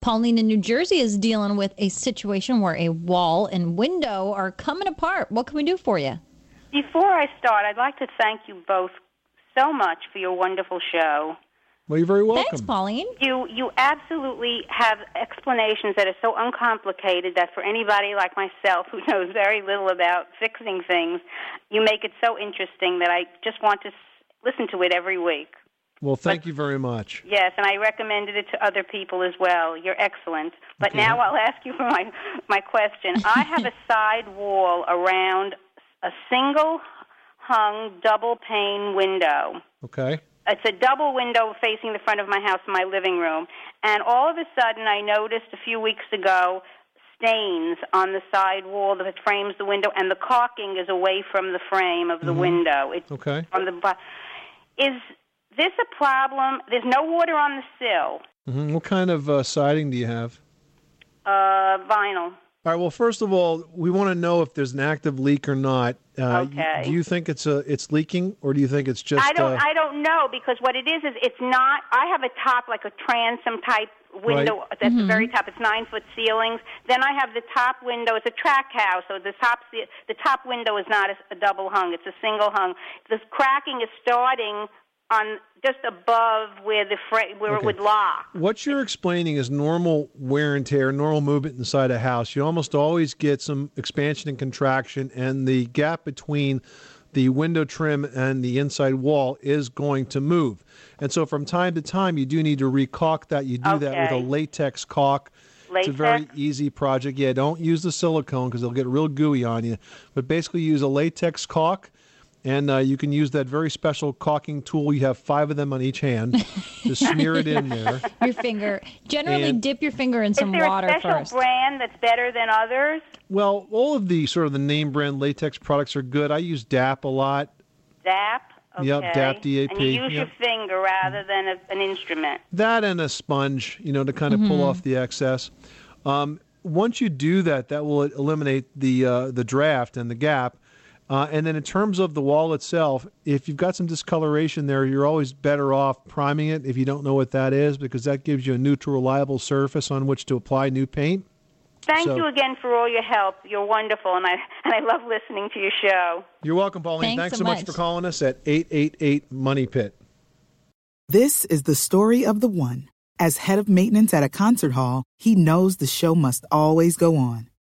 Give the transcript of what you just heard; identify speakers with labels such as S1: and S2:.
S1: Pauline in New Jersey is dealing with a situation where a wall and window are coming apart. What can we do for you?
S2: Before I start, I'd like to thank you both so much for your wonderful show.
S3: Well, you're very welcome.
S1: Thanks, Pauline.
S2: You you absolutely have explanations that are so uncomplicated that for anybody like myself who knows very little about fixing things, you make it so interesting that I just want to s- listen to it every week.
S3: Well, thank you very much.
S2: Yes, and I recommended it to other people as well. You're excellent. But now I'll ask you for my my question. I have a side wall around a single hung double pane window.
S3: Okay.
S2: It's a double window facing the front of my house, my living room. And all of a sudden, I noticed a few weeks ago stains on the side wall that frames the window, and the caulking is away from the frame of the window. It's
S3: Okay.
S2: on the bu- Is this a problem? There's no water on the sill.
S3: hmm What kind of uh, siding do you have?
S2: Uh, vinyl.
S3: All right. Well, first of all, we want to know if there's an active leak or not. Uh, y-
S2: Okay.
S3: Do you think it's a it's leaking, or do you think it's just?
S2: I don't.
S3: uh,
S2: I don't know because what it is is it's not. I have a top like a transom type window at the
S1: Mm-hmm.
S2: very top. It's nine foot ceilings. Then I have the top window. It's a track house, so the top ce- the top window is not a, a double hung. It's a single hung. The cracking is starting on just above where the fra- where
S3: Okay.
S2: it would lock.
S3: What you're explaining is normal wear and tear, normal movement inside a house. You almost always get some expansion and contraction, and the gap between the window trim and the inside wall is going to move. And so, from time to time, you do need to recaulk that. You do that with
S2: Okay.
S3: a latex caulk. It's a very
S2: Latex?
S3: easy project. Yeah, don't use the silicone because it'll get real gooey on you. But basically, use a latex caulk. And uh, you can use that very special caulking tool. You have five of them on each hand to smear it in there.
S1: Your finger. Generally,
S3: And-
S1: dip your finger in
S2: Is
S1: some
S2: there
S1: water
S2: a special
S1: first.
S2: brand that's better than others?
S3: Well, all of the sort of the name brand latex products are good. I use DAP a lot.
S2: DAP. Okay.
S3: Yep, DAP, DAP,
S2: And you use
S3: yep.
S2: your finger rather than a, an instrument.
S3: That and a sponge, you know, to kind of
S1: Mm-hmm.
S3: pull off the excess. Um, once you do that, that will eliminate the uh, the draft and the gap. Uh, and then in terms of the wall itself, if you've got some discoloration there, you're always better off priming it if you don't know what that is, because that gives you a neutral, reliable surface on which to apply new paint.
S2: Thank
S3: So-
S2: you again for all your help. You're wonderful, and I and I love listening to your show.
S3: You're welcome, Pauline.
S1: Thanks so
S3: Thanks so much
S1: much.
S3: for calling us at 888 Money Pit.
S4: This is the story of the one. As head of maintenance at a concert hall, he knows the show must always go on.